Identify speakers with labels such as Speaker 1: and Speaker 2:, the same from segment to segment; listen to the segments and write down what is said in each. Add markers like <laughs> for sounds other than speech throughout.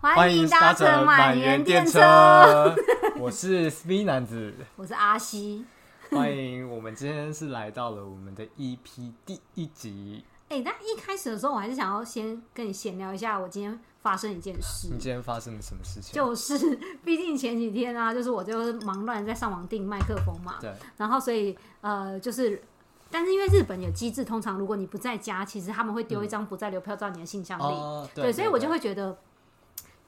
Speaker 1: 欢迎搭乘满园电 <laughs> 车，
Speaker 2: 我是 V 男子，
Speaker 1: 我是阿西。
Speaker 2: 欢迎，我们今天是来到了我们的 EP 第一集。
Speaker 1: 哎、但一开始的时候，我还是想要先跟你闲聊一下，我今天发生一件事
Speaker 2: 你，今天发生了什么事情？
Speaker 1: 就是 <laughs> 毕竟前几天啊，就是我就是忙乱在上网订麦克风嘛，
Speaker 2: 对，
Speaker 1: 然后所以呃就是。但是因为日本有机制，通常如果你不在家，其实他们会丢一张不在留票到你的信箱里，
Speaker 2: 哦，
Speaker 1: 对，所以我就会觉得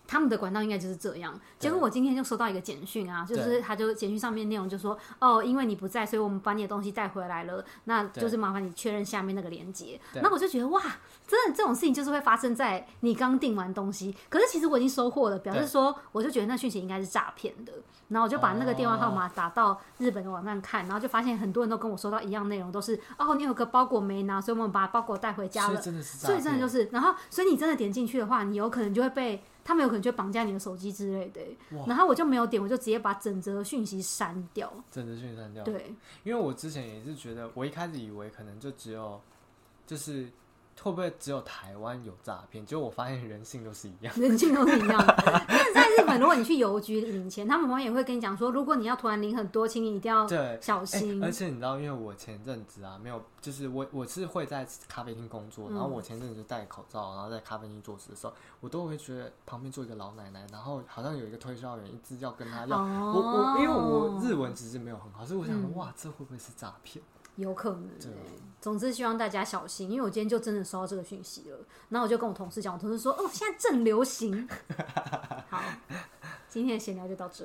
Speaker 1: 他们的管道应该就是这样。结果我今天就收到一个简讯啊，就
Speaker 2: 对
Speaker 1: 是他就简讯上面内容就说，哦，因为你不在，所以我们把你的东西带回来了，那
Speaker 2: 对
Speaker 1: 就是麻烦你确认下面那个链接。
Speaker 2: 对
Speaker 1: 那我就觉得哇，真的这种事情就是会发生在你刚订完东西，可是其实我已经收货了，表示
Speaker 2: 对
Speaker 1: 说我就觉得那讯息应该是诈骗的。然后我就把那个电话号码打到日本的网站看，然后就发现很多人都跟我说到一样内容，都是哦，你有个包裹没拿，所以我们把包裹带回家
Speaker 2: 所以
Speaker 1: 了。
Speaker 2: 真的是诈
Speaker 1: 所
Speaker 2: 骗，
Speaker 1: 以真的就是，然后所以你真的点进去的话，你有可能就会被他们有可能就绑架你的手机之类的欸、
Speaker 2: 哇
Speaker 1: 然后我就没有点，我就直接把整则讯息删掉。
Speaker 2: 整个讯删掉。
Speaker 1: 对，
Speaker 2: 因为我之前也是觉得，我一开始以为可能就只有，就是会不会只有台湾有诈骗？结果我发现人性都是一样。
Speaker 1: 人性都是一样 <laughs> 的。但是在日本，如果你去邮局领钱，他们往往也会跟你讲说，如果你要突然领很多，请你一定要
Speaker 2: 对，
Speaker 1: 小
Speaker 2: 哎
Speaker 1: 心。
Speaker 2: 而且你知道，因为我前阵子啊，没有，就是我我是会在咖啡厅工作，然后
Speaker 1: 嗯
Speaker 2: 我前阵子就戴口罩，然后在咖啡厅做事的时候，我都会觉得旁边坐一个老奶奶，然后好像有一个推销员一直要跟她要。哎我
Speaker 1: 哦
Speaker 2: 我因为我日文其实没有很好，所以我想说，
Speaker 1: 嗯
Speaker 2: 哇，这会不会是诈骗？ <laughs>
Speaker 1: 有可能、欸
Speaker 2: 对。
Speaker 1: 总之，希望大家小心，因为我今天就真的收到这个讯息了。然后我就跟我同事讲，我同事说：“哦，现在正流
Speaker 2: <laughs>
Speaker 1: 行。”好，今天的闲聊就到这。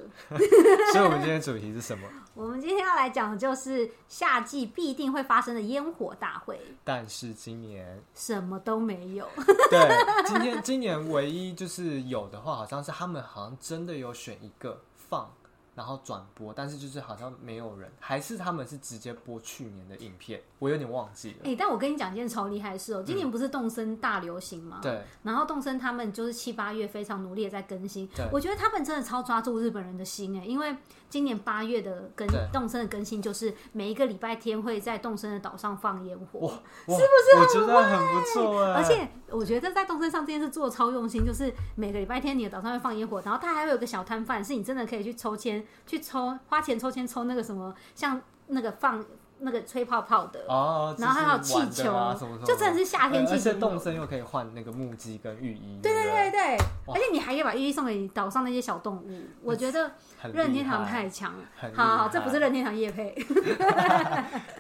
Speaker 2: 所以我们今天主题是什么？
Speaker 1: 我们今天要来讲的就是夏季必定会发生的烟火大会，
Speaker 2: 但是今年，
Speaker 1: 什么都没有。
Speaker 2: 对，今天今年唯一就是有的话，好像是他们好像真的有选一个放。然后转播，但是就是好像没有人，还是他们是直接播去年的影片，我有点忘记了。
Speaker 1: 哎、但我跟你讲一件超厉害的事哦、今年不是动森大流行吗？
Speaker 2: 嗯对，
Speaker 1: 然后动森他们就是七八月非常努力的在更新
Speaker 2: 对，
Speaker 1: 我觉得他们真的超抓住日本人的心哎、因为今年八月的更
Speaker 2: 对
Speaker 1: 动森的更新就是每一个礼拜天会在动森的岛上放烟火，
Speaker 2: 是不是我觉得很不错哎、
Speaker 1: 而且我觉得在动森上这件事做的超用心，就是每个礼拜天你的岛上会放烟火，然后它还会有个小摊贩，是你真的可以去抽签，去抽花钱抽签抽那个什么，像那个放那个吹泡泡的，
Speaker 2: 哦，
Speaker 1: 然后还有气
Speaker 2: 就是玩的啊
Speaker 1: 球
Speaker 2: 什么什么，
Speaker 1: 就真的是夏天
Speaker 2: 呃
Speaker 1: 气
Speaker 2: 而且
Speaker 1: 球
Speaker 2: 动身又可以换那个木屐跟浴衣，
Speaker 1: 对
Speaker 2: 对不
Speaker 1: 对对对，而
Speaker 2: 哇
Speaker 1: 且你还可以把寓意送给岛上那些小动物，我觉得
Speaker 2: 很
Speaker 1: 任
Speaker 2: 厉
Speaker 1: 天堂
Speaker 2: 害
Speaker 1: 太强了。
Speaker 2: 很厉
Speaker 1: 好好，
Speaker 2: 害
Speaker 1: 这不是任天堂夜配，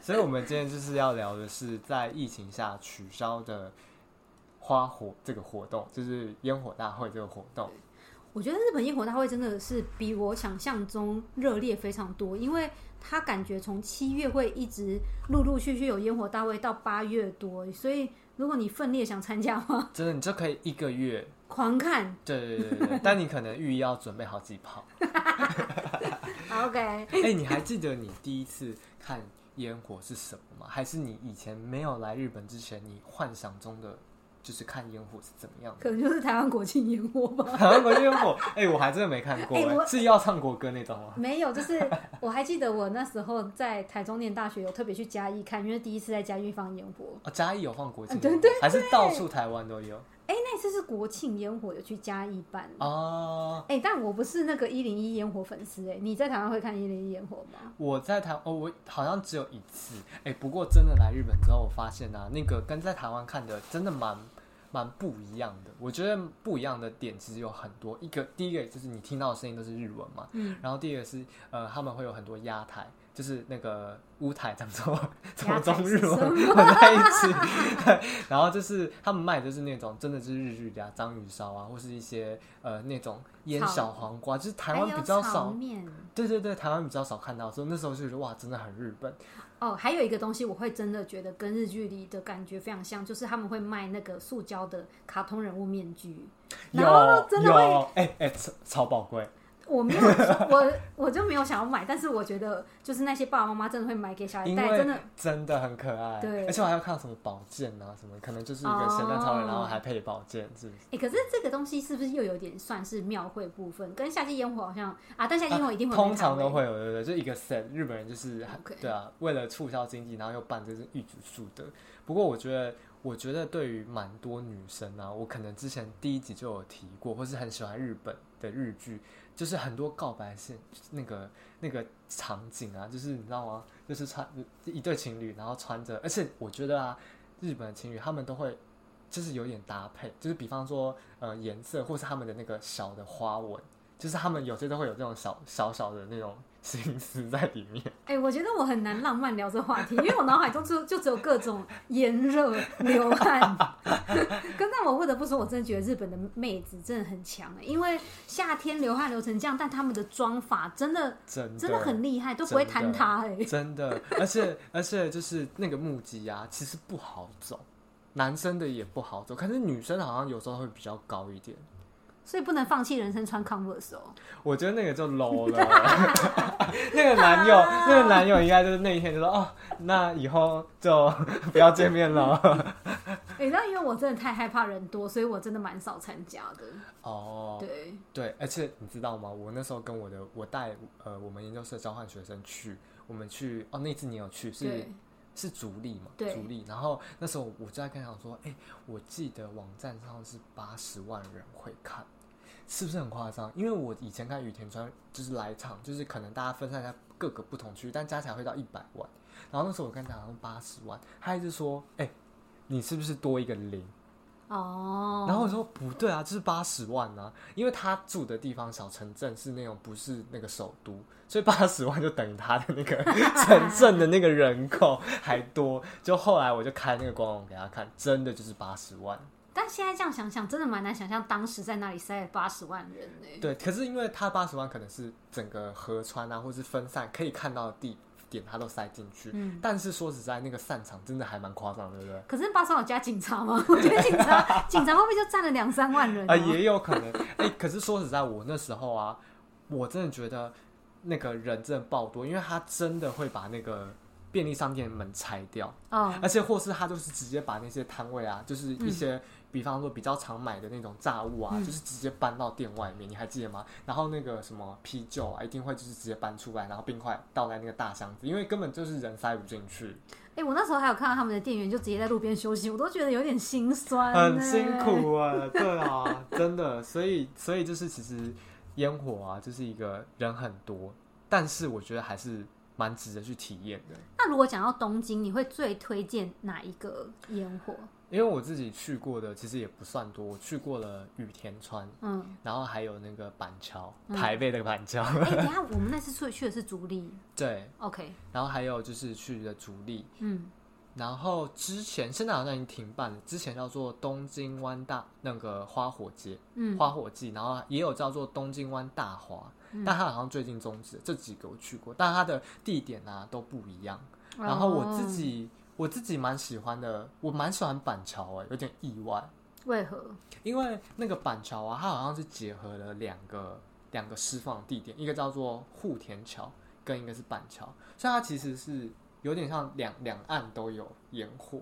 Speaker 2: 所以我们今天就是要聊的是在疫情下取消的花火这个活动，就是烟火大会这个活动，
Speaker 1: 我觉得日本烟火大会真的是比我想象中热烈非常多，因为它感觉从七月会一直陆陆续续有烟火大会到八月多，所以如果你奋力地想参加的话，
Speaker 2: 真的你就可以一个月，
Speaker 1: 狂看。
Speaker 2: 对对对对对，但你可能浴衣要准备好几泡。
Speaker 1: OK，
Speaker 2: 哎、你还记得你第一次看烟火是什么吗？还是你以前没有来日本之前，你幻想中的就是看烟火是怎么样的？ <laughs>
Speaker 1: 可能就是台湾国庆烟火吧。
Speaker 2: 台湾国际烟火，哎、我还真的没看过、
Speaker 1: 哎
Speaker 2: 哎
Speaker 1: 我
Speaker 2: 是要唱国歌那种吗？
Speaker 1: 没有，就是我还记得我那时候在台中念大学，有特别去嘉义看，因为第一次在嘉义放烟火。
Speaker 2: 哦，嘉义有放国际、
Speaker 1: 啊对对
Speaker 2: 还是到处台湾都有
Speaker 1: 哎，那次是国庆烟火，有去嘉义办。
Speaker 2: 哦。
Speaker 1: 哎、但我不是那个一零一烟火粉丝哎、你在台湾会看一零一烟火吗？
Speaker 2: 我在台哦，我好像只有一次，哎、不过真的来日本之后，我发现啊，那个跟在台湾看的真的蛮蛮不一样的。我觉得不一样的点其实有很多，一个第一个就是你听到的声音都是日文嘛，
Speaker 1: 嗯，
Speaker 2: 然后第二个是呃，他们会有很多压台，就是那个乌台
Speaker 1: <laughs>
Speaker 2: 讲错，怎么
Speaker 1: 压台
Speaker 2: 中
Speaker 1: 是
Speaker 2: 日文
Speaker 1: 什
Speaker 2: 混在一起。 <laughs> 然后就是他们卖的就是那种真的就是日剧的啊，章鱼烧啊，或是一些呃那种腌
Speaker 1: 炒
Speaker 2: 小黄瓜，就是台湾比较
Speaker 1: 还有炒
Speaker 2: 少。
Speaker 1: 面
Speaker 2: 对对对，台湾比较少看到，所以那时候就觉得哇，真的很日本。
Speaker 1: 哦，还有一个东西我会真的觉得跟日剧里的感觉非常像，就是他们会卖那个塑胶的卡通人物面具，然后
Speaker 2: 有
Speaker 1: 真的会
Speaker 2: 有，哎哎、超超宝贵，
Speaker 1: 我
Speaker 2: <laughs>
Speaker 1: 没有，我我就没有想要买，但是我觉得就是那些爸爸妈妈真的会买给小孩
Speaker 2: 因
Speaker 1: 戴，哎真
Speaker 2: 为
Speaker 1: 的
Speaker 2: 真的很可爱，
Speaker 1: 对
Speaker 2: 而且我还要看到什么宝剑啊，什么可能就是一个神探超人，
Speaker 1: 哦
Speaker 2: 然后还配宝剑，是不是？
Speaker 1: 哎、可是这个东西是不是又有点算是庙会部分，跟夏季烟火好像啊？但夏季烟火一定会、
Speaker 2: 通常都。会有，对不对？就一个 set，日本人就是
Speaker 1: OK
Speaker 2: 对啊，为了促销经济，然后又办这是玉足数的。不过我觉得，我觉得对于蛮多女生啊，我可能之前第一集就有提过，或是很喜欢日本的日剧，就是很多告白线那个那个场景啊，就是你知道吗？就是穿一对情侣，然后穿着，而且我觉得啊，日本的情侣他们都会。就是有点搭配，就是比方说，呃，颜色或是他们的那个小的花纹，就是他们有些都会有这种小小小的那种心思在里面。
Speaker 1: 哎、我觉得我很难浪漫聊这话题，因为我脑海中就就只有各种炎热、流汗。 <laughs> 跟但我不得不说，我真的觉得日本的妹子真的很强、欸，因为夏天流汗流成这样，但他们的妆法真的
Speaker 2: <laughs> 真的
Speaker 1: 真的很厉害，都不会坍塌
Speaker 2: <laughs>
Speaker 1: 哎、
Speaker 2: 真的，而且而且就是那个木屐啊，其实不好走，男生的也不好走，可是女生好像有时候会比较高一点。
Speaker 1: 所以不能放弃人生穿 Converse 哦。
Speaker 2: 我觉得那个就 low <laughs> 了，那个男友，那个男友应该就是那一天就说哦，那以后就 <laughs> 不要见面了。
Speaker 1: 哎、那因为我真的太害怕人多，所以我真的蛮少参加的。
Speaker 2: <laughs> 哦，
Speaker 1: 对，
Speaker 2: 对，而且你知道吗？我那时候跟我的，我带呃我们研究社交换学生去，我们去哦那次你有去是
Speaker 1: 对，
Speaker 2: 是主力嘛？
Speaker 1: 对
Speaker 2: 主力。然后那时候我就在跟他讲说，哎、我记得网站上是八十万人会看，是不是很夸张？因为我以前看雨田川就是来场，就是可能大家分散在各个不同区，但加起来会到一百万。然后那时候我跟他讲八十万，他一直说，哎、你是不是多一个零？
Speaker 1: 哦，
Speaker 2: 然后我说不对啊，就是八十万啊，因为他住的地方小城镇是那种不是那个首都，所以八十万就等于他的那个 <laughs> 城镇的那个人口还多。就后来我就开那个官网给他看，真的就是八十万。
Speaker 1: 但现在这样想想，真的蛮难想象当时在那里塞了八十万人呢、
Speaker 2: 对，可是因为他八十万可能是整个河川啊，或是分散可以看到的地点，他都塞进去。
Speaker 1: 嗯
Speaker 2: 但是说实在，那个散场真的还蛮夸张的，对不对？
Speaker 1: 可是巴士有加警察吗？ <laughs> 我觉得警察
Speaker 2: <laughs>
Speaker 1: 警察会不会就占了两三万人、哦
Speaker 2: 啊、也有可能。哎、可是说实在，我那时候啊，我真的觉得那个人真的爆多，因为他真的会把那个便利商店的门拆掉，
Speaker 1: 哦，
Speaker 2: 而且或是他就是直接把那些摊位啊，就是一些、比方说比较常买的那种炸物啊，
Speaker 1: 嗯
Speaker 2: 就是直接搬到店外面，你还记得吗？然后那个什么啤酒啊，一定会就是直接搬出来，然后冰块倒在那个大箱子，因为根本就是人塞不进去。
Speaker 1: 哎、我那时候还有看到他们的店员就直接在路边休息，我都觉得有点心酸、欸
Speaker 2: 很辛。苦啊，对啊，真的，所以所以就是其实烟火啊，就是一个人很多，但是我觉得还是蛮值得去体验的。
Speaker 1: 那如果讲到东京，你会最推荐哪一个烟
Speaker 2: <laughs>
Speaker 1: 火？
Speaker 2: 因为我自己去过的其实也不算多，我去过了羽田川，
Speaker 1: 嗯，
Speaker 2: 然后还有那个板桥，
Speaker 1: 嗯
Speaker 2: 台北的板桥，
Speaker 1: 哎、等一下我们那次去去的是竹立
Speaker 2: 对，
Speaker 1: ，OK，
Speaker 2: 然后还有就是去的竹立，
Speaker 1: 嗯，
Speaker 2: 然后之前现在好像已经停办了，之前叫做东京湾大那个花火节，
Speaker 1: 嗯
Speaker 2: 花火季，然后也有叫做东京湾大华，
Speaker 1: 嗯
Speaker 2: 但它好像最近终止了。这几个我去过，但它的地点啊都不一样。然后我自、
Speaker 1: 哦
Speaker 2: 己、我自己蛮喜欢的，我蛮喜欢板桥哎、有点意外，
Speaker 1: 哦为何？
Speaker 2: 因为那个板桥啊，它好像是结合了两个两个释放地点，一个叫做户田桥，跟一个是板桥，所以它其实是有点像两两岸都有烟火，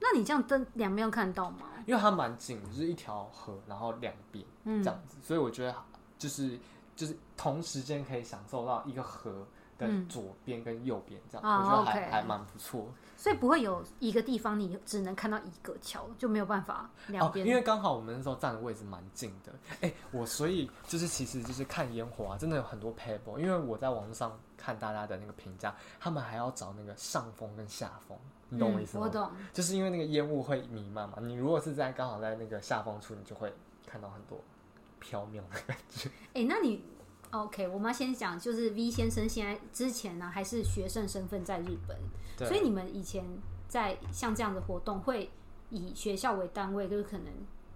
Speaker 1: 那你这样灯两边看到吗？
Speaker 2: 因为它蛮近，就是一条河，然后两边。
Speaker 1: 嗯
Speaker 2: 这样子，所以我觉得就是就是同时间可以享受到一个河的
Speaker 1: 嗯
Speaker 2: 左边跟右边这样，
Speaker 1: 啊
Speaker 2: 我觉得还、
Speaker 1: OK
Speaker 2: 还蛮不错
Speaker 1: 所以不会有一个地方你只能看到一个桥，就没有办法两
Speaker 2: 哦。
Speaker 1: 边、
Speaker 2: 因为刚好我们那时候站的位置蛮近的，哎、我所以就是其实就是看烟火啊，真的有很多 paper，因为我在网络上看大家的那个评价，他们还要找那个上风跟下风，你懂我意
Speaker 1: 嗯、
Speaker 2: 思吗？
Speaker 1: 我懂。
Speaker 2: 就是因为那个烟雾会弥漫嘛，你如果是在刚好在那个下风处，你就会看到很多飘渺的感觉。
Speaker 1: 哎、那你 OK？我们要先讲，就是 V 先生现在之前呢、还是学生身份在日本，
Speaker 2: 对
Speaker 1: 所以你们以前在像这样的活动会以学校为单位，就是可能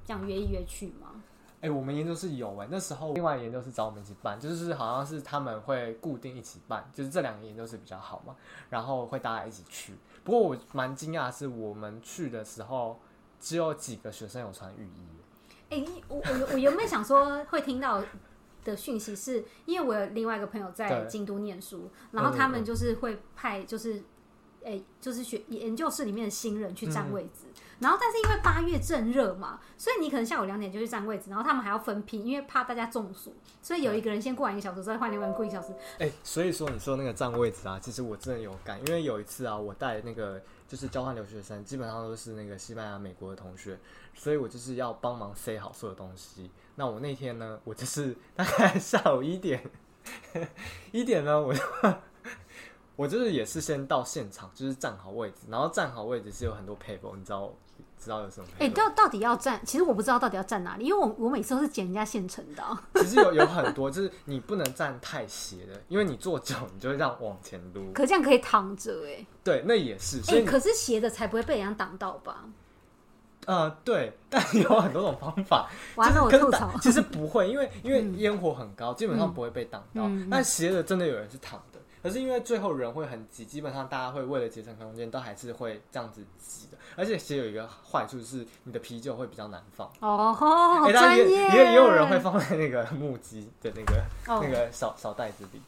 Speaker 1: 这样约一约去吗？
Speaker 2: 哎、我们研究室有哎、那时候另外研究室找我们一起办，就是好像是他们会固定一起办，就是这两个研究室比较好嘛，然后会大家一起去。不过我蛮惊讶的是，我们去的时候只有几个学生有穿浴衣，
Speaker 1: 哎、你我我我原本想说会听到的讯息是，因为我有另外一个朋友在
Speaker 2: 对
Speaker 1: 京都念书，然后
Speaker 2: 嗯
Speaker 1: 他
Speaker 2: 嗯
Speaker 1: 们就是会派就是。哎、就是学研究室里面的新人去占
Speaker 2: 嗯
Speaker 1: 位置，然后但是因为八月正热嘛，所以你可能下午两点就去占位置，然后他们还要分批，因为怕大家中暑，所以有一个人先过完一个小时，再换另外一个人过一个小时，
Speaker 2: 哎、所以说你说那个占位置啊，其实我真的有感，因为有一次啊，我带那个就是交换留学生，基本上都是那个西班牙、美国的同学，所以我就是要帮忙塞好所有东西。那我那天呢，我就是大概 <laughs> 下午一点，一点呢，我就我就是也是先到现场，就是站好位置，然后站好位置是有很多 paper，你知道知道有什么 paper？
Speaker 1: 哎、到到底要站？其实我不知道到底要站哪里，因为我我每次都是捡人家现成的、啊。
Speaker 2: 其实有有很多，就是你不能站太斜的，因为你坐久，你就会让往前撸。
Speaker 1: 可这样可以躺着哎、
Speaker 2: 对，那也是，
Speaker 1: 哎、
Speaker 2: 所以你
Speaker 1: 可是斜的才不会被人家挡到吧？
Speaker 2: 呃，对， <laughs> 但有很多种方法，
Speaker 1: 完了，我
Speaker 2: 就是
Speaker 1: 吐
Speaker 2: 跟
Speaker 1: 槽嗯
Speaker 2: 挡。
Speaker 1: <laughs>
Speaker 2: 其实不会，因为因为烟火很高，基本上不会被挡到
Speaker 1: 嗯嗯。
Speaker 2: 但斜的真的有人是躺的，可是因为最后人会很挤，基本上大家会为了节省空间，都还是会这样子挤的。而且斜有一个坏处是，你的啤酒会比较难放。
Speaker 1: 哦，好
Speaker 2: 诶哎当
Speaker 1: 专
Speaker 2: 然也
Speaker 1: 业。
Speaker 2: 也也有人会放在那个 <laughs> 木屐的那个、
Speaker 1: 哦
Speaker 2: 那个小小袋子里。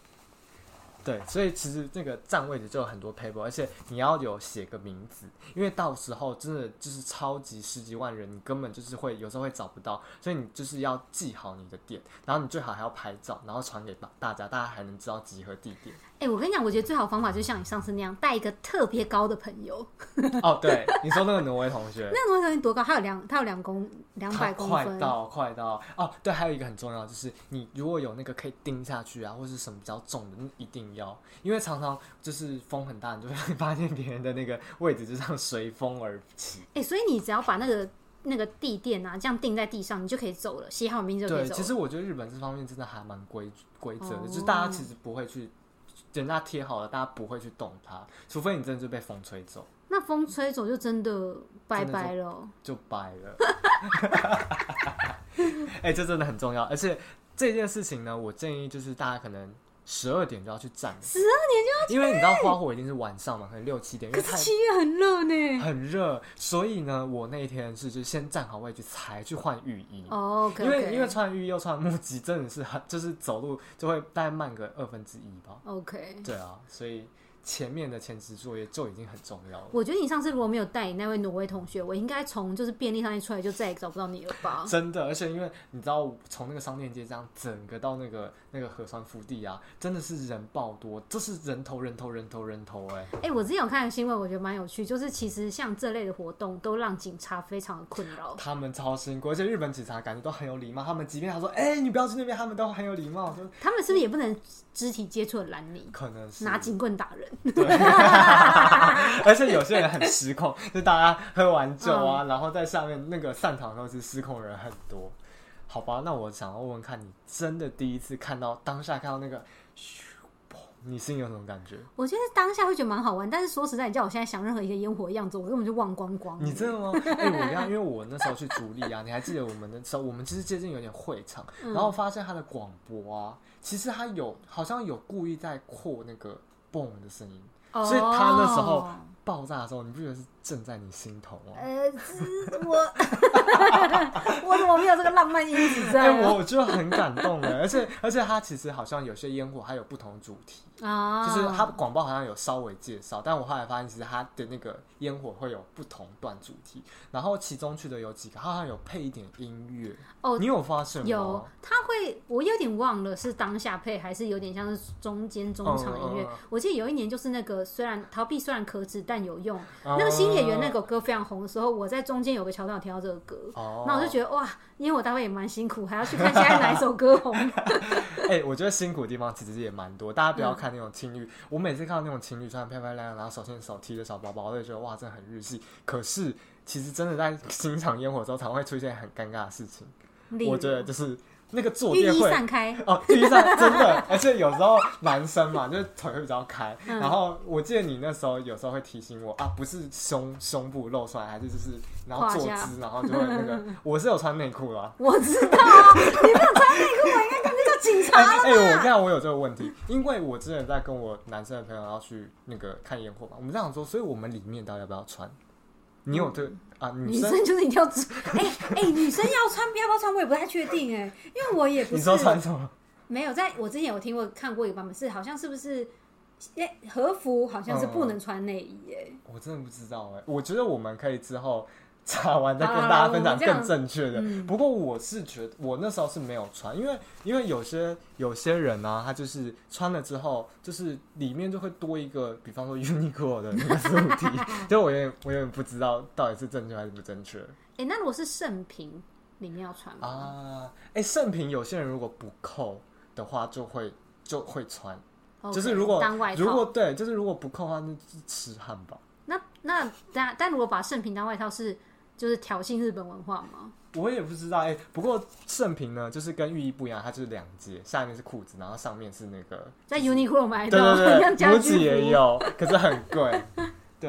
Speaker 2: 对，所以其实那个占位置就有很多 paper，而且你要有写个名字，因为到时候真的就是超级十几万人，你根本就是会有时候会找不到，所以你就是要记好你的点，然后你最好还要拍照，然后传给大大家，大家还能知道集合地点。
Speaker 1: 哎、我跟你讲，我觉得最好方法就像你上次那样，带一个特别高的朋友。
Speaker 2: 哦，对，你说那个挪威同学，
Speaker 1: 那挪威多高？他有两，他有两公两百
Speaker 2: 他
Speaker 1: 公
Speaker 2: 快
Speaker 1: 分。
Speaker 2: 到快到哦，对，还有一个很重要就是，你如果有那个可以钉下去啊，或是什么比较重的，你一定要，因为常常就是风很大，你就会 <laughs> 发现别人的那个位置就像随风而起。
Speaker 1: 哎、所以你只要把那个那个地垫啊，这样钉在地上，你就可以走了，写好名字就可
Speaker 2: 对，
Speaker 1: 以走
Speaker 2: 其
Speaker 1: 了。
Speaker 2: 实我觉得日本这方面真的还蛮规规则的，
Speaker 1: 哦
Speaker 2: 就是大家其实不会去，人家贴好了，大家不会去动它，除非你真的就被风吹走，
Speaker 1: 那风吹走就真的拜拜了哦。
Speaker 2: 就掰了。 <laughs> 哎、这真的很重要，而且这件事情呢，我建议就是大家可能十二点就要去站了。
Speaker 1: 十二年
Speaker 2: 因为你知道花火一定是晚上嘛，可能六七点，因
Speaker 1: 就，
Speaker 2: 为
Speaker 1: 可是
Speaker 2: 太
Speaker 1: 七月很热呢。
Speaker 2: 很热，所以呢，我那一天是就先站好位置才去换浴衣。
Speaker 1: 哦，OK，
Speaker 2: 因为
Speaker 1: OK
Speaker 2: 因为穿浴衣又穿木屐，真的是很就是走路就会大概慢个二分之一吧。
Speaker 1: OK。
Speaker 2: 对啊，所以前面的前置作业就已经很重要了。
Speaker 1: 我觉得你上次如果没有带你那位挪威同学，我应该从就是便利商店出来就再也找不到你了吧？
Speaker 2: 真的，而且因为你知道，从那个商店街这样整个到那个那个河川腹地啊，真的是人爆多，这是人头人头人头人头哎、
Speaker 1: 哎、我之前有看个新闻，我觉得蛮有趣，就是其实像这类的活动都让警察非常的困扰。
Speaker 2: 他们超辛苦，而且日本警察感觉都很有礼貌。他们即便他说：“哎、你不要去那边”，他们都很有礼貌，就
Speaker 1: 他们是不是也不能肢体接触的拦你，
Speaker 2: 可能是
Speaker 1: 拿警棍打人？
Speaker 2: 对， <laughs> 而且有些人很失控，就大家喝完酒啊，然后在下面那个散场的时候，其实失控的人很多。好吧，那我想要问问看你，真的第一次看到当下看到那个咻，砰你心里有什么感觉？
Speaker 1: 我觉得当下会觉得蛮好玩，但是说实在，你叫我现在想任何一个烟火的样子，我根本就忘光光。
Speaker 2: 你真的吗？哎、我一样，因为我那时候去竹立啊，你还记得我们那时候，我们其实接近有点会场，然
Speaker 1: 嗯
Speaker 2: 后发现他的广播啊，其实他有好像有故意在扩那个蹦的声音，
Speaker 1: 哦
Speaker 2: 所以他那时候爆炸的时候，你不觉得是正在你心头吗？哎
Speaker 1: 呃，这我 <laughs> 我怎么没有这个浪漫因子
Speaker 2: 哎、
Speaker 1: 在啊？
Speaker 2: 我我就很感动哎，而且而且他其实好像有些烟火还有不同主题，
Speaker 1: 啊，
Speaker 2: 就是他广报好像有稍微介绍，但我后来发现其实他的那个烟火会有不同段主题，然后其中去的有几个，他好像有配一点音乐
Speaker 1: 哦
Speaker 2: 你有发现吗？
Speaker 1: 有，他会，我有点忘了是当下配还是有点像是中间中场音乐。
Speaker 2: 嗯嗯嗯
Speaker 1: 我记得有一年就是那个，虽然逃避虽然可耻，但有用。
Speaker 2: 嗯
Speaker 1: 那个新演员那首歌非常红的时候，我在中间有个桥段有听到这个歌，
Speaker 2: 哦，
Speaker 1: 那、我就觉得哇，因为我单位也蛮辛苦，还要去看现在哪一首歌红。
Speaker 2: <laughs> 哎、我觉得辛苦的地方其实也蛮多，大
Speaker 1: 嗯
Speaker 2: 家不要看那种情侣，我每次看到那种情侣穿得漂漂亮亮，然后手牵手提着小包包，我就觉得哇，真的很日系。可是其实真的在欣赏烟火之后，常会出现很尴尬的事情。
Speaker 1: 例如
Speaker 2: 我觉得就是那个坐
Speaker 1: 浴
Speaker 2: 垫
Speaker 1: 衣
Speaker 2: 会
Speaker 1: 散开，
Speaker 2: 哦，地上真的，而且有时候男
Speaker 1: <laughs>
Speaker 2: 生嘛，就是腿会比较开。
Speaker 1: 嗯
Speaker 2: 然后我记得你那时候有时候会提醒我啊，不是胸胸部露出来，还是就是然后
Speaker 1: 胯
Speaker 2: 坐
Speaker 1: 下
Speaker 2: 姿，然后就会那
Speaker 1: <laughs>
Speaker 2: 个，我是有穿内裤啦。
Speaker 1: 我知道啊，你没有穿内裤，我应该赶紧叫警察
Speaker 2: 哎、
Speaker 1: 了。
Speaker 2: 哎我跟你讲，我有这个问题，因为我之前在跟我男生的朋友要去那个看烟火嘛，我们这样说，所以我们里面到底要不要穿？你有这个啊， <laughs> 女
Speaker 1: 女
Speaker 2: 生
Speaker 1: 生嗯就是一定要穿，哎、哎、女生要穿，不要不要穿，我也不太确定哎、因为我也不
Speaker 2: 你
Speaker 1: 是
Speaker 2: 说穿什么？
Speaker 1: 没有，在我之前有听过看过一个版本是，好像是不是，哎、和服好像是不能穿内衣耶、
Speaker 2: 我真的不知道哎、我觉得我们可以之后查完再跟大家分享更正确的。
Speaker 1: 嗯
Speaker 2: 不过我是觉得我那时候是没有穿，因为因为有些有些人呢、他就是穿了之后，就是里面就会多一个，比方说 <laughs> Uniqlo 的那个素
Speaker 1: <laughs>
Speaker 2: 体，就我有点我有点不知道到底是正确还是不正确
Speaker 1: 哎、那如果是盛平里面要穿吗？
Speaker 2: 啊。哎、盛品有些人如果不扣的话，就会就会穿。
Speaker 1: OK，
Speaker 2: 啊就是如果
Speaker 1: 哦当外套，
Speaker 2: 如果对，就是如果不扣的话，那就是吃汉堡。
Speaker 1: 那那但但如果把盛平当外套是就是挑衅日本文化吗？
Speaker 2: 我也不知道哎、不过盛平呢，就是跟浴衣不一样，它就是两截，下面是裤子，然后上面是那个，
Speaker 1: 在 Uniqlo 买
Speaker 2: 对
Speaker 1: 到， <laughs>
Speaker 2: 对
Speaker 1: 像
Speaker 2: 对，
Speaker 1: 家
Speaker 2: 母
Speaker 1: 居
Speaker 2: 子也
Speaker 1: 服
Speaker 2: 有，可是很贵。对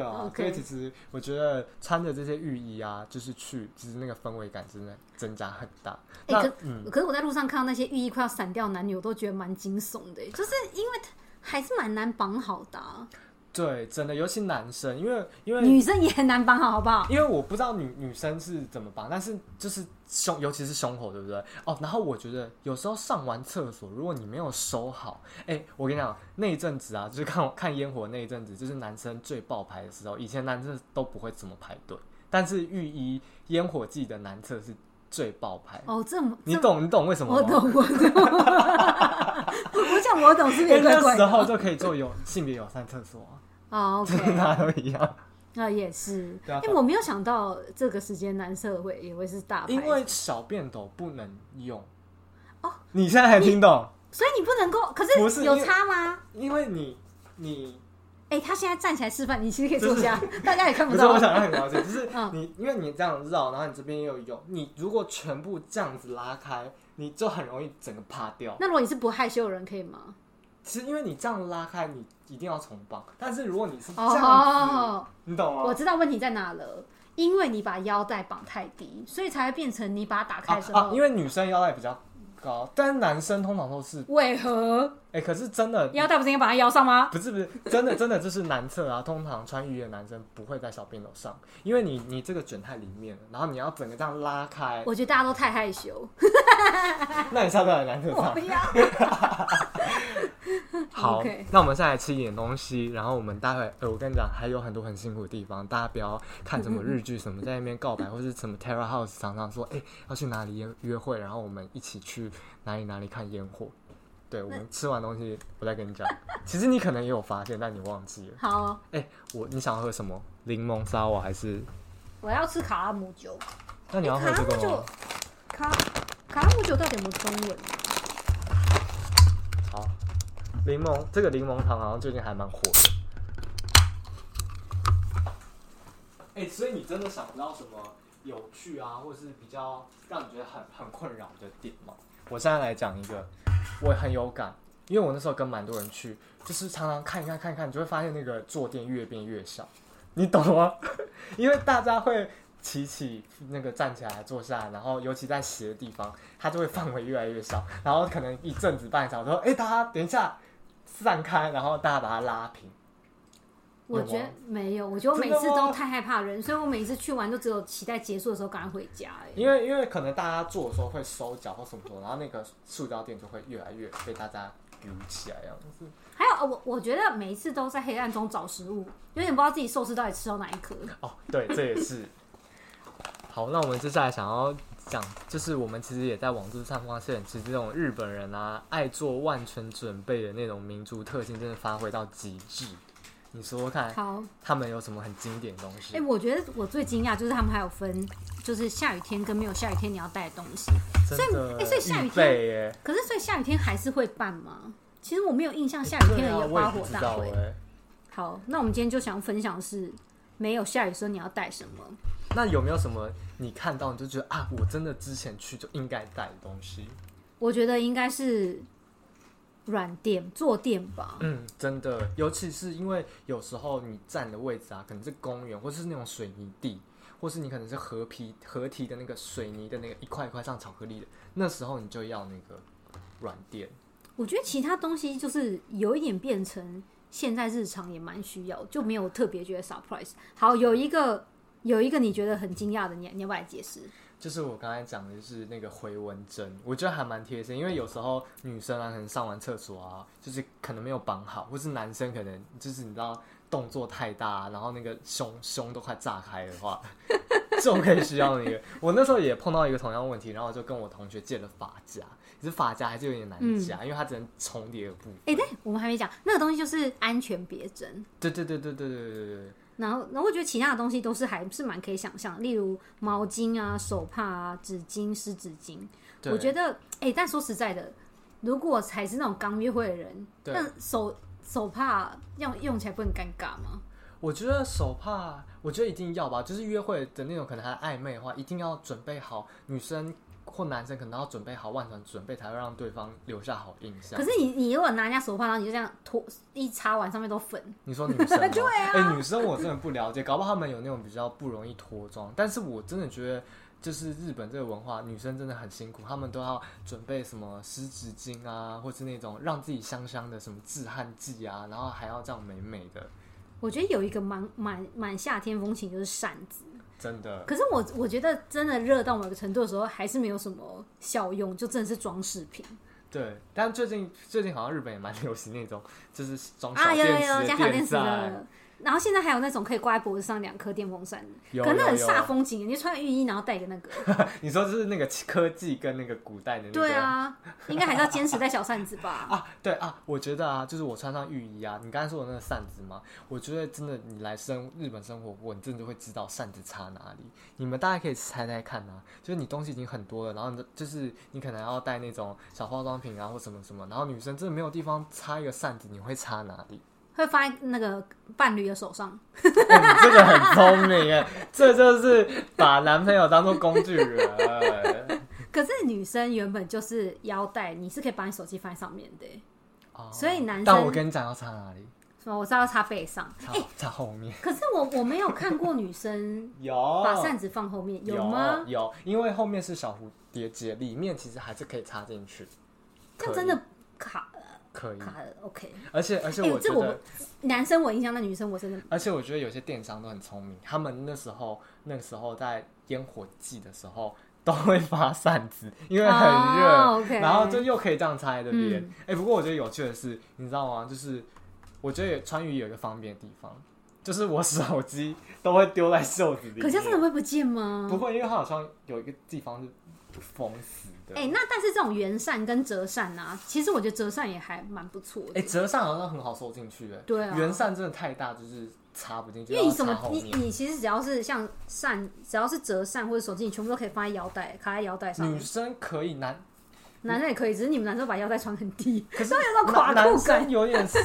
Speaker 1: <laughs>
Speaker 2: 啊
Speaker 1: OK
Speaker 2: 所以其实我觉得穿着这些浴衣啊，就是去，其实那个氛围感真的增加很大。
Speaker 1: 哎、
Speaker 2: 那嗯
Speaker 1: 可、可是我在路上看到那些浴衣快要散掉的男女，我都觉得蛮惊悚的耶，就是因为还是蛮难绑好的啊、
Speaker 2: 对，真的，尤其男生，因为因为
Speaker 1: 女生也很难绑好，好不好？
Speaker 2: 因为我不知道女女生是怎么绑，但是就是胸，尤其是胸口，对不对？哦，然后我觉得有时候上完厕所，如果你没有收好，哎、我跟你讲，那一阵子啊，就是看我看烟火那一阵子，就是男生最爆排的时候，以前男生都不会怎么排队，但是浴衣烟火季的男厕是最爆排。
Speaker 1: 哦，这么
Speaker 2: 你
Speaker 1: 这么
Speaker 2: 懂你懂为什么
Speaker 1: 我
Speaker 2: 吗？
Speaker 1: 懂，我懂。我想我懂，是不是
Speaker 2: 因为
Speaker 1: 也怪
Speaker 2: 那
Speaker 1: 怪
Speaker 2: 时 <laughs>
Speaker 1: 的？
Speaker 2: 候就可以做有性别友善厕所、啊，
Speaker 1: 哦，OK，
Speaker 2: 哪都一样。
Speaker 1: 那也是。
Speaker 2: 对啊
Speaker 1: 哎，我没有想到这个时间男社会也会是大牌，
Speaker 2: 因为小便斗不能用。哦，你现在还听懂？
Speaker 1: 所以你不能够，可
Speaker 2: 不是
Speaker 1: 有
Speaker 2: 因为
Speaker 1: 差吗？
Speaker 2: 因为你你
Speaker 1: 哎，他现在站起来示范，你其实可以坐下，
Speaker 2: <laughs>
Speaker 1: 大家也看
Speaker 2: 不是
Speaker 1: 到
Speaker 2: 我。想让你了解，就是
Speaker 1: <laughs> 嗯
Speaker 2: 你因为你这样绕，然后你这边又有，你如果全部这样子拉开，你就很容易整个趴掉。
Speaker 1: 那如果你是不害羞的人，可以吗？
Speaker 2: 其实因为你这样拉开，你一定要重绑，但是如果你是这样子，
Speaker 1: 哦，
Speaker 2: 你懂
Speaker 1: 我
Speaker 2: 吗？
Speaker 1: 知道问题在哪了，因为你把腰带绑太低，所以才会变成你把它打开
Speaker 2: 啊
Speaker 1: 的时
Speaker 2: 啊，
Speaker 1: 候
Speaker 2: 因，为女生腰带比较高，但是男生通常都是，
Speaker 1: 为何
Speaker 2: 哎、可是真的。
Speaker 1: 腰带不是应该绑在腰上吗？
Speaker 2: 不是不是，真的真的就是男厕啊，通常穿浴衣的男生不会在小便斗上，因为你你这个卷太里面了，然后你要整个这样拉开，
Speaker 1: 我觉得大家都太害
Speaker 2: <laughs>
Speaker 1: 羞，
Speaker 2: 那你下次来男厕
Speaker 1: 我
Speaker 2: 上
Speaker 1: 不。要。
Speaker 2: 好
Speaker 1: OK
Speaker 2: 那我们现在吃一点东西，然后我们待会，呃，我跟你讲，还有很多很辛苦的地方，大家不要看什么日剧，什么在那边告白，或是什么 Terra House 常常说，哎、要去哪里约约会，然后我们一起去哪里哪里看烟火。对，我们吃完东西，我再跟你讲。 <laughs> 其实你可能也有发现，但你忘记了。
Speaker 1: 好，
Speaker 2: 哎、我你想喝什么？柠檬沙瓦还是？
Speaker 1: 我要吃卡拉姆酒。
Speaker 2: 那你要喝
Speaker 1: 卡拉
Speaker 2: 这
Speaker 1: 姆
Speaker 2: 个吗
Speaker 1: 酒？，卡卡拉姆酒到底有没有中文？
Speaker 2: 好，柠檬这个柠檬糖好像最近还蛮火的。哎、所以你真的想不到什么有趣啊，或是比较让你觉得很很困扰的点吗？我现在来讲一个，我很有感，因为我那时候跟蛮多人去，就是常常看一看看一看，你就会发现那个坐垫越变越小，你懂吗？ <laughs> 因为大家会起起那个站起来坐下来，然后尤其在斜的地方，它就会范围越来越小，然后可能一阵子半小时后，哎、大家等一下散开，然后大家把它拉平。
Speaker 1: 我
Speaker 2: 有吗
Speaker 1: 觉得没有，我觉得我每
Speaker 2: 真的
Speaker 1: 次都
Speaker 2: 吗
Speaker 1: 太害怕人，所以我每次去完都只有期待结束的时候赶快回家、欸。
Speaker 2: 因为因为可能大家做的时候会收脚或什么时候，然后那个塑胶垫就会越来越被大家丢起来这样子。
Speaker 1: 还有，呃我我觉得每一次都在黑暗中找食物，有点不知道自己寿司到底吃到哪一颗。
Speaker 2: 哦，对，这也是。 <laughs> 好，那我们接下来想要讲，就是我们其实也在网络上发现，其实这种日本人啊，爱做万全准备的那种民族特性，真的发挥到极致。你说说看，
Speaker 1: 好，
Speaker 2: 他们有什么很经典的东西？
Speaker 1: 哎、我觉得我最惊讶就是他们还有分，就是下雨天跟没有下雨天你要带的东西。
Speaker 2: 真的
Speaker 1: 哎所以下雨
Speaker 2: 预
Speaker 1: 天
Speaker 2: 备耶，
Speaker 1: 可是所以下雨天还是会办吗？其实我没有印象下雨天
Speaker 2: 对啊
Speaker 1: 有
Speaker 2: 我也
Speaker 1: 花
Speaker 2: 不
Speaker 1: 火
Speaker 2: 知
Speaker 1: 大
Speaker 2: 道
Speaker 1: 会。
Speaker 2: 哎
Speaker 1: 好，那我们今天就想分享的是没有下雨的时候你要带什么？
Speaker 2: 那有没有什么你看到你就觉得啊，我真的之前去就应该带的东西？
Speaker 1: 我觉得应该是软垫、坐垫吧。
Speaker 2: 嗯，真的，尤其是因为有时候你站的位置啊，可能是公园，或是那种水泥地，或是你可能是合皮合体的那个水泥的那个一块一块像巧克力的，那时候你就要那个软垫。
Speaker 1: 我觉得其他东西就是有一点变成现在日常也蛮需要，就没有特别觉得 surprise。好，有一个有一个你觉得很惊讶的，你你要不要来解释？
Speaker 2: 就是我刚才讲的，就是那个回纹针，我觉得还蛮贴身，因为有时候女生啊，可能上完厕所啊，就是可能没有绑好，或是男生可能就是你知道动作太大、啊然后那个胸胸都快炸开的话， <laughs> 这种可以需要那个。我那时候也碰到一个同样问题，然后我就跟我同学借了发夹，只是发夹还是有点难夹，
Speaker 1: 嗯
Speaker 2: 因为它只能重叠的部分。
Speaker 1: 哎、对我们还没讲那个东西就是安全别针，
Speaker 2: 对对对对对对对对对。
Speaker 1: 然后然后我觉得其他的东西都是还是蛮可以想象，例如毛巾啊、手帕啊、纸巾、湿纸巾。
Speaker 2: 对
Speaker 1: 我觉得，哎、但说实在的，如果我才是那种刚约会的人，
Speaker 2: 对
Speaker 1: 那手手帕用用起来不很尴尬吗？
Speaker 2: 我觉得手帕，我觉得一定要吧，就是约会的那种，可能还暧昧的话，一定要准备好。女生或男生可能要准备好万全准备，才会让对方留下好印象
Speaker 1: 可。是你你如果拿人家手帕，然后你就这样脱一擦完，上面都粉，
Speaker 2: 你说女生吗？对啊，哎、女生我真的不了解，搞不好他们有那种比较不容易脱妆，但是我真的觉得。就是日本这个文化，女生真的很辛苦，她们都要准备什么湿纸巾啊，或是那种让自己香香的什么止汗剂啊，然后还要这样美美的，
Speaker 1: 我觉得有一个蛮蛮蛮夏天风情就是扇子。
Speaker 2: 真的。
Speaker 1: 可是我我觉得真的热到某个程度的时候，还是没有什么效用，就真的是装饰品
Speaker 2: 对，但最近最近好像日本也蛮 <laughs> 流行那种，就是装哦小
Speaker 1: 啊！有有
Speaker 2: 电池
Speaker 1: 有，
Speaker 2: 的
Speaker 1: 加小电
Speaker 2: 电
Speaker 1: 池
Speaker 2: 扇，
Speaker 1: 的。然后现在还有那种可以挂在脖子上两颗电风扇的，
Speaker 2: 有
Speaker 1: 可能那很
Speaker 2: 有
Speaker 1: 煞风景。你就穿浴衣然后戴个
Speaker 2: <laughs>
Speaker 1: 那个，
Speaker 2: 你说就是那个科技跟那个古代的那个
Speaker 1: 对啊，应该还是要坚持带小扇子
Speaker 2: <laughs>
Speaker 1: 吧。
Speaker 2: 啊，对啊，我觉得啊，就是我穿上浴衣啊，你刚才说的那个扇子嘛，我觉得真的你来生日本生活过，你真的会知道扇子插哪里。你们大概可以猜猜看啊，就是你东西已经很多了，然后你的就是你可能要带那种小化妆品啊或什么什么，然后女生真的没有地方插一个扇子，你会插哪里？
Speaker 1: 会放在那个伴侣的手上，
Speaker 2: 哎你这个很聪明哎， <laughs> 这就是把男朋友当做工具人。
Speaker 1: 可是女生原本就是腰带，你是可以把你手机放在上面的欸，
Speaker 2: 哦
Speaker 1: 所以男生
Speaker 2: 但我跟你讲要插哪里，
Speaker 1: 什么我是要插背上。
Speaker 2: <laughs> 插插后面。
Speaker 1: 可是我我没有看过女生
Speaker 2: 有
Speaker 1: 把扇子放后面，
Speaker 2: 有
Speaker 1: 吗？
Speaker 2: 哦有，因为后面是小蝴蝶结，里面其实还是可以插进去。
Speaker 1: 这
Speaker 2: 可
Speaker 1: 样
Speaker 2: 以
Speaker 1: 真的卡
Speaker 2: 可以，
Speaker 1: 卡了，OK。
Speaker 2: 而且而且
Speaker 1: 哎
Speaker 2: 我
Speaker 1: 这
Speaker 2: 觉
Speaker 1: 我
Speaker 2: 得，
Speaker 1: 男生我印象，那女生我真的
Speaker 2: 而且我觉得有些电商都很聪明，他们那时候那时候在烟火季的时候。都会发扇子，因为很热
Speaker 1: 哦，OK
Speaker 2: 然后就又可以这样插在这边。哎、
Speaker 1: 嗯
Speaker 2: 不过我觉得有趣的是，你知道吗？就是我觉得川渝有一个方便的地方，就是我手机都会丢在袖子里面。
Speaker 1: 可是真的会不见吗？
Speaker 2: 不会，因为它好像有一个地方是封死的。
Speaker 1: 哎、那但是这种圆扇跟折扇啊，其实我觉得折扇也还蛮不错的，
Speaker 2: 哎、折扇好像很好收进去哎。
Speaker 1: 对啊
Speaker 2: 圆扇真的太大，就是插不进去，
Speaker 1: 因为你
Speaker 2: 要
Speaker 1: 什
Speaker 2: 插
Speaker 1: 么
Speaker 2: 后
Speaker 1: 你
Speaker 2: 面。
Speaker 1: 你其实只要是像扇，只要是折扇或者手机，你全部都可以放在腰带，卡在腰带上
Speaker 2: 女
Speaker 1: 面。
Speaker 2: 生可以男，
Speaker 1: 男生也可以，只是你们男生把腰带穿很
Speaker 2: <laughs>
Speaker 1: 低，
Speaker 2: 可是
Speaker 1: 都 <laughs> 有种垮
Speaker 2: 男
Speaker 1: 裤
Speaker 2: 男
Speaker 1: 感
Speaker 2: 生。有点散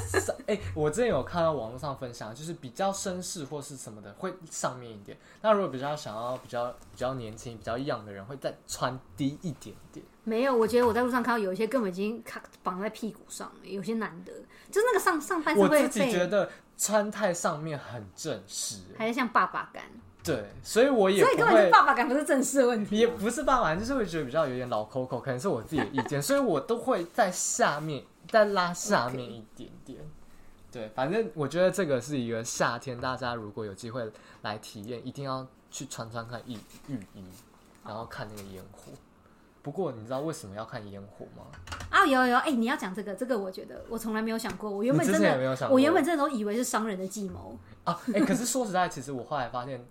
Speaker 2: 哎、我之前有看到网络上分享，就是比较绅士或是什么的会上面一点。那如果比较想要比较比较年轻、比较 young 的人，会再穿低一点点。
Speaker 1: 没有，我觉得我在路上看到有一些根本已经卡绑在屁股上了，有些男的，就是那个上上半身
Speaker 2: 我
Speaker 1: 会
Speaker 2: 自己觉
Speaker 1: 被，
Speaker 2: 得穿太上面很正式，
Speaker 1: 还是像爸爸感，
Speaker 2: 对，所以我也
Speaker 1: 所以
Speaker 2: 不
Speaker 1: 根本
Speaker 2: 会
Speaker 1: 是。爸爸感不是正式的问题。
Speaker 2: 也不是爸爸，就是会觉得比较有点老 Coco，可能是我自己的意见，所以我都会在下面再拉下面一点点。对，反正我觉得这个是一个夏天，大家如果有机会来体验，一定要去穿穿看浴浴衣，然后看那个烟火。不过你知道为什么要看烟火吗？
Speaker 1: 啊，有有，哎、你要讲这个，这个我觉得我从来没有想过，我原本
Speaker 2: 你之
Speaker 1: 真
Speaker 2: 前
Speaker 1: 的
Speaker 2: 也没有想过
Speaker 1: 我原本真的都以为是商人的计谋，
Speaker 2: 啊，哎、可是说实在，其实我后来发现，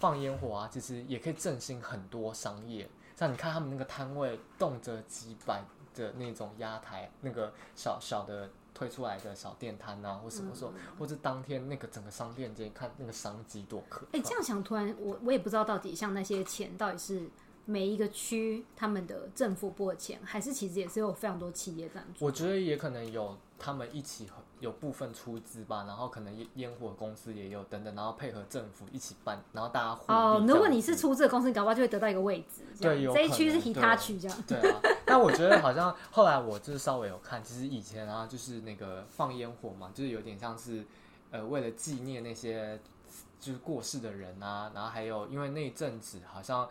Speaker 2: 放烟火啊，其实也可以振兴很多商业。像你看他们那个摊位，动辄几百的那种压台，那个小小的推出来的小店摊啊，或什么时
Speaker 1: 嗯
Speaker 2: 候，或者当天那个整个商店街，看那个商机多可
Speaker 1: 哎、
Speaker 2: 怕。
Speaker 1: 这样想，突然我我也不知道到底像那些钱到底是每一个区他们的政府拨的钱，还是其实也是有非常多企业赞助。
Speaker 2: 我觉得也可能有他们一起合有部分出资吧，然后可能烟烟火公司也有等等，然后配合政府一起办，然后大家互利
Speaker 1: 哦，
Speaker 2: 这
Speaker 1: 如
Speaker 2: 样
Speaker 1: 果你
Speaker 2: 子
Speaker 1: 是出这个公司，你搞不好就会得到一个位置。这样
Speaker 2: 嗯对有
Speaker 1: 这一
Speaker 2: 可
Speaker 1: 区是
Speaker 2: 能
Speaker 1: 其
Speaker 2: 对
Speaker 1: 他区这样。
Speaker 2: 对啊，但我觉得好像后来我就是稍微有看，其实以前啊，就是那个放烟火嘛，就是有点像是呃为了纪念那些就是过世的人啊，然后还有因为那一阵子好像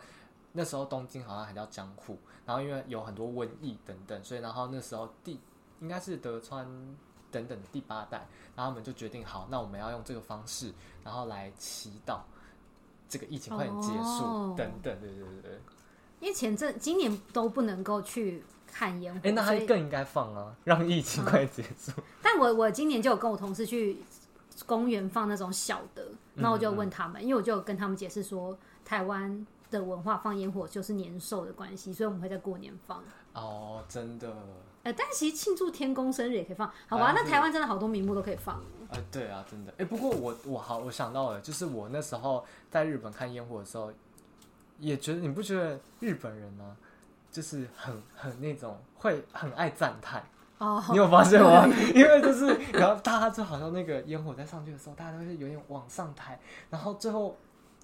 Speaker 2: 那时候东京好像还叫江户，然后因为有很多瘟疫等等，所以然后那时候第应该是德川等等的第八代，然后他们就决定好，那我们要用这个方式，然后来祈祷这个疫情快点结束、
Speaker 1: 哦
Speaker 2: 等等，对对对对。
Speaker 1: 因为前阵今年都不能够去看烟火，
Speaker 2: 哎、那
Speaker 1: 所
Speaker 2: 他
Speaker 1: 以
Speaker 2: 更应该放啊，让疫
Speaker 1: 嗯
Speaker 2: 情快结束。
Speaker 1: 但我我今年就有跟我同事去公园放那种小的，
Speaker 2: 嗯
Speaker 1: 那我就问他们，因为我就有跟他们解释说，台湾的文化放烟火就是年兽的关系，所以我们会在过年放。
Speaker 2: 哦，真的，
Speaker 1: 呃，但其实庆祝天公生日也可以放，好吧？
Speaker 2: 啊
Speaker 1: 那
Speaker 2: 是
Speaker 1: 台湾真的好多名目都可以放。
Speaker 2: 呃，对啊，真的。哎、不过我我好，我想到了，就是我那时候在日本看烟火的时候，也觉得你不觉得日本人呢、就是很很那种会很爱赞叹，
Speaker 1: 哦，
Speaker 2: 你有发现
Speaker 1: <laughs>
Speaker 2: 吗？因为就是，然后大家就好像那个烟火在上去的时候，大家都会有点往上抬，然后最后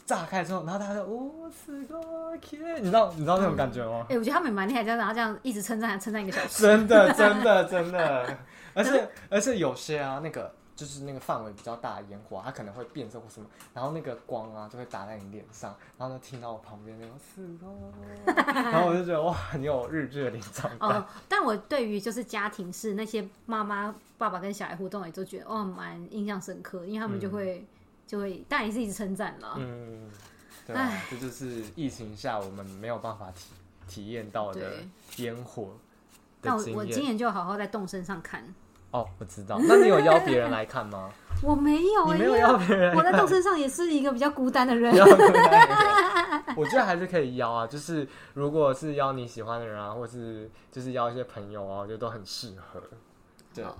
Speaker 2: 炸开之后，然后大家就哦，死个天，你知道你知道那种感觉吗
Speaker 1: 哎、？我觉得他们也蛮厉害，这样然后这样一直称赞他，称赞一个小时。
Speaker 2: 真的，真的，真的，而且而且有些啊，那个就是那个范围比较大的烟火，啊它可能会变色或什么，然后那个光啊就会打在你脸上，然后呢听到我旁边那种死个，然后我就觉得哇，很有日剧的临场感。
Speaker 1: 哦，但我对于就是家庭式那些妈妈、爸爸跟小孩互动，也都觉得哦蛮印象深刻，因为他们就会、就会，但也是一直称赞啦。
Speaker 2: 嗯，对啊，这就是疫情下我们没有办法体体验到的
Speaker 1: 对
Speaker 2: 烟火的
Speaker 1: 但我
Speaker 2: 经
Speaker 1: 我今
Speaker 2: 验。
Speaker 1: 年就好好在动身上看，
Speaker 2: 哦，我知道。那你有邀别人来
Speaker 1: <laughs>
Speaker 2: 看吗？
Speaker 1: 我没有、
Speaker 2: 你
Speaker 1: 欸，
Speaker 2: 没有
Speaker 1: 因为
Speaker 2: 邀别人来
Speaker 1: 我在
Speaker 2: 看
Speaker 1: 动身上也是一个比较孤单的人
Speaker 2: 不。要跟他一样我觉得还是可以邀啊，就是如果是邀你喜欢的人啊，或是就是邀一些朋友啊，我觉得都很适合。对，
Speaker 1: 好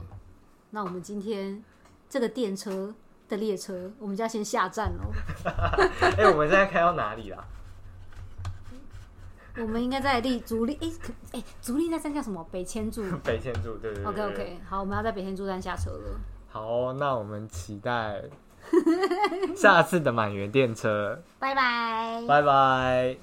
Speaker 1: 那我们今天这个电车的列车，我们就要先下站喽。
Speaker 2: 哎、我们现在开到哪里啦？
Speaker 1: 我们应该在立竹立，哎、可哎、竹立那站叫什么？北千 <laughs> 住。
Speaker 2: 北天柱，对对对
Speaker 1: OK
Speaker 2: 对
Speaker 1: OK，好，我们要在北千住站下车了。
Speaker 2: 好哦、那我们期待下次的满员电车，
Speaker 1: 拜拜。
Speaker 2: 拜拜。